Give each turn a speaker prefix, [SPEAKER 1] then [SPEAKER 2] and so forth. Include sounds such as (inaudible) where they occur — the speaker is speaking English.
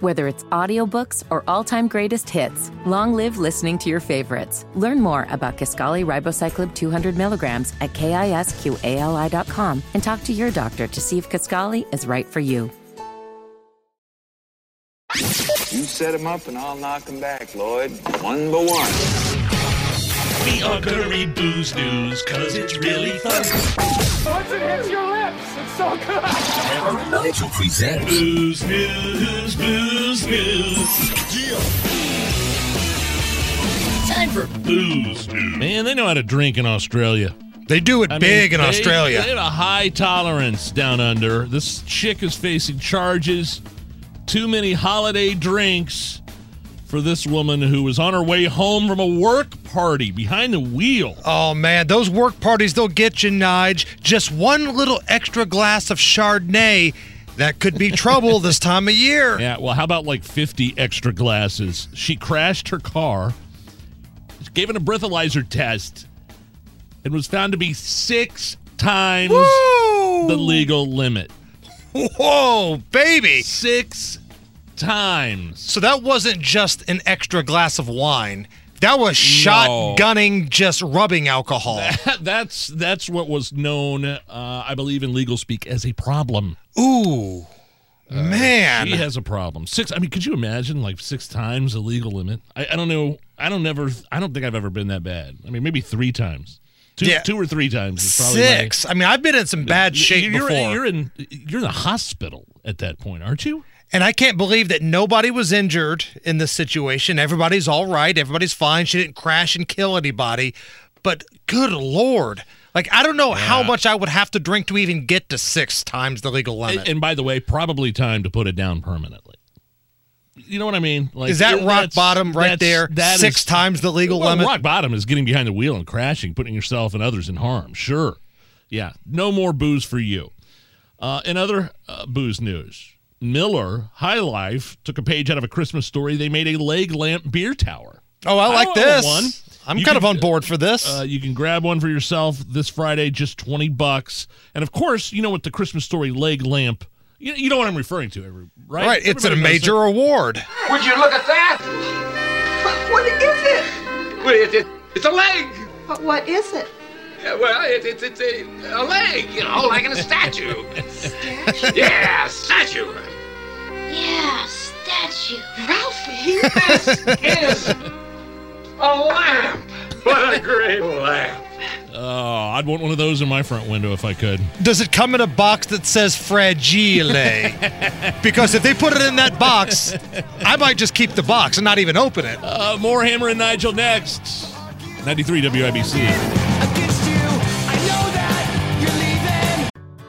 [SPEAKER 1] Whether it's audiobooks or all-time greatest hits, long live listening to your favorites. Learn more about Kaskali Ribocyclib 200 milligrams at kisqali.com and talk to your doctor to see if Kaskali is right for you.
[SPEAKER 2] You set him up and I'll knock him back, Lloyd. One by one.
[SPEAKER 3] We are Gurry Booze News, cause it's really fun.
[SPEAKER 4] Once it hits your lips, it's so good.
[SPEAKER 3] Nigel presents Booze News, Booze News. Time for Booze News. Man, they know how to drink in Australia.
[SPEAKER 5] They do it
[SPEAKER 3] I mean,
[SPEAKER 5] big in
[SPEAKER 3] they-
[SPEAKER 5] Australia.
[SPEAKER 3] They have a high tolerance down under. This chick is facing charges. Too many holiday drinks for this woman who was on her way home from a work party behind the wheel.
[SPEAKER 5] oh man, those work parties they'll get you, Nige. Just one little extra glass of Chardonnay, that could be trouble this time of year.
[SPEAKER 3] Yeah, well, how about like 50 extra glasses? She crashed her car, gave it a breathalyzer test, and was found to be six times
[SPEAKER 5] Woo!
[SPEAKER 3] the legal limit.
[SPEAKER 5] Whoa, baby!
[SPEAKER 3] Six times. (laughs)
[SPEAKER 5] So that wasn't just an extra glass of wine. That was shotgunning just rubbing alcohol.
[SPEAKER 3] (laughs) That's that's what was known, uh, I believe, in legal speak as a problem.
[SPEAKER 5] Ooh, man.
[SPEAKER 3] Uh, She has a problem. Six. I mean, could you imagine like six times the legal limit? I, I don't know. I don't never. I don't think I've ever been that bad. I mean, maybe three times. Two,
[SPEAKER 5] Yeah.
[SPEAKER 3] two or three times. Is probably my-
[SPEAKER 5] Six. I mean, I've been in some bad shape
[SPEAKER 3] you're,
[SPEAKER 5] before,
[SPEAKER 3] You're in you're in the hospital at that point, aren't you?
[SPEAKER 5] and I can't believe that nobody was injured in this situation. Everybody's all right. Everybody's fine. She didn't crash and kill anybody. But good lord, like I don't know how much I would have to drink to even get to six times the legal limit.
[SPEAKER 3] And, and by the way, probably time to put it down permanently. You know what I mean? Like
[SPEAKER 5] is that
[SPEAKER 3] it-
[SPEAKER 5] rock
[SPEAKER 3] that's-
[SPEAKER 5] bottom right
[SPEAKER 3] that's-
[SPEAKER 5] there?
[SPEAKER 3] that
[SPEAKER 5] six
[SPEAKER 3] is-
[SPEAKER 5] times the legal
[SPEAKER 3] Well,
[SPEAKER 5] limit.
[SPEAKER 3] Rock bottom is getting behind the wheel and crashing, putting yourself and others in harm. Sure, yeah, no more booze for you. Uh, in other uh, booze news, Miller High Life took a page out of a Christmas story. They made a leg lamp beer tower.
[SPEAKER 5] Oh, I like
[SPEAKER 3] want
[SPEAKER 5] this.
[SPEAKER 3] one.
[SPEAKER 5] I'm
[SPEAKER 3] You
[SPEAKER 5] kind
[SPEAKER 3] can-
[SPEAKER 5] of on board for this.
[SPEAKER 3] Uh, you can grab one for yourself this Friday, just 20 bucks. And of course, you know what the Christmas story leg lamp, you, you know what I'm referring to, every- right?
[SPEAKER 5] right, it's a
[SPEAKER 3] Everybody knows
[SPEAKER 5] major award.
[SPEAKER 4] Would you look at that?
[SPEAKER 6] What is it?
[SPEAKER 4] Well, it, it, it's a leg.
[SPEAKER 6] What, what is it?
[SPEAKER 4] Yeah, Well, it, it, it's a, a leg, you know, like in
[SPEAKER 6] (laughs)
[SPEAKER 4] a statue.
[SPEAKER 6] Statue?
[SPEAKER 4] yeah, statue.
[SPEAKER 7] Yeah, statue.
[SPEAKER 6] Ralphie?
[SPEAKER 4] Is a lamp. What a great lamp.
[SPEAKER 3] that- Oh, I'd want one of those in my front window if I could.
[SPEAKER 5] Does it come in a box that says
[SPEAKER 3] (laughs)
[SPEAKER 5] fragile? because if they put it in that box, I might just keep the box and not even open it.
[SPEAKER 3] Uh, more Hammer and Nigel next. 93 WIBC.
[SPEAKER 8] against you. I know that you're leaving.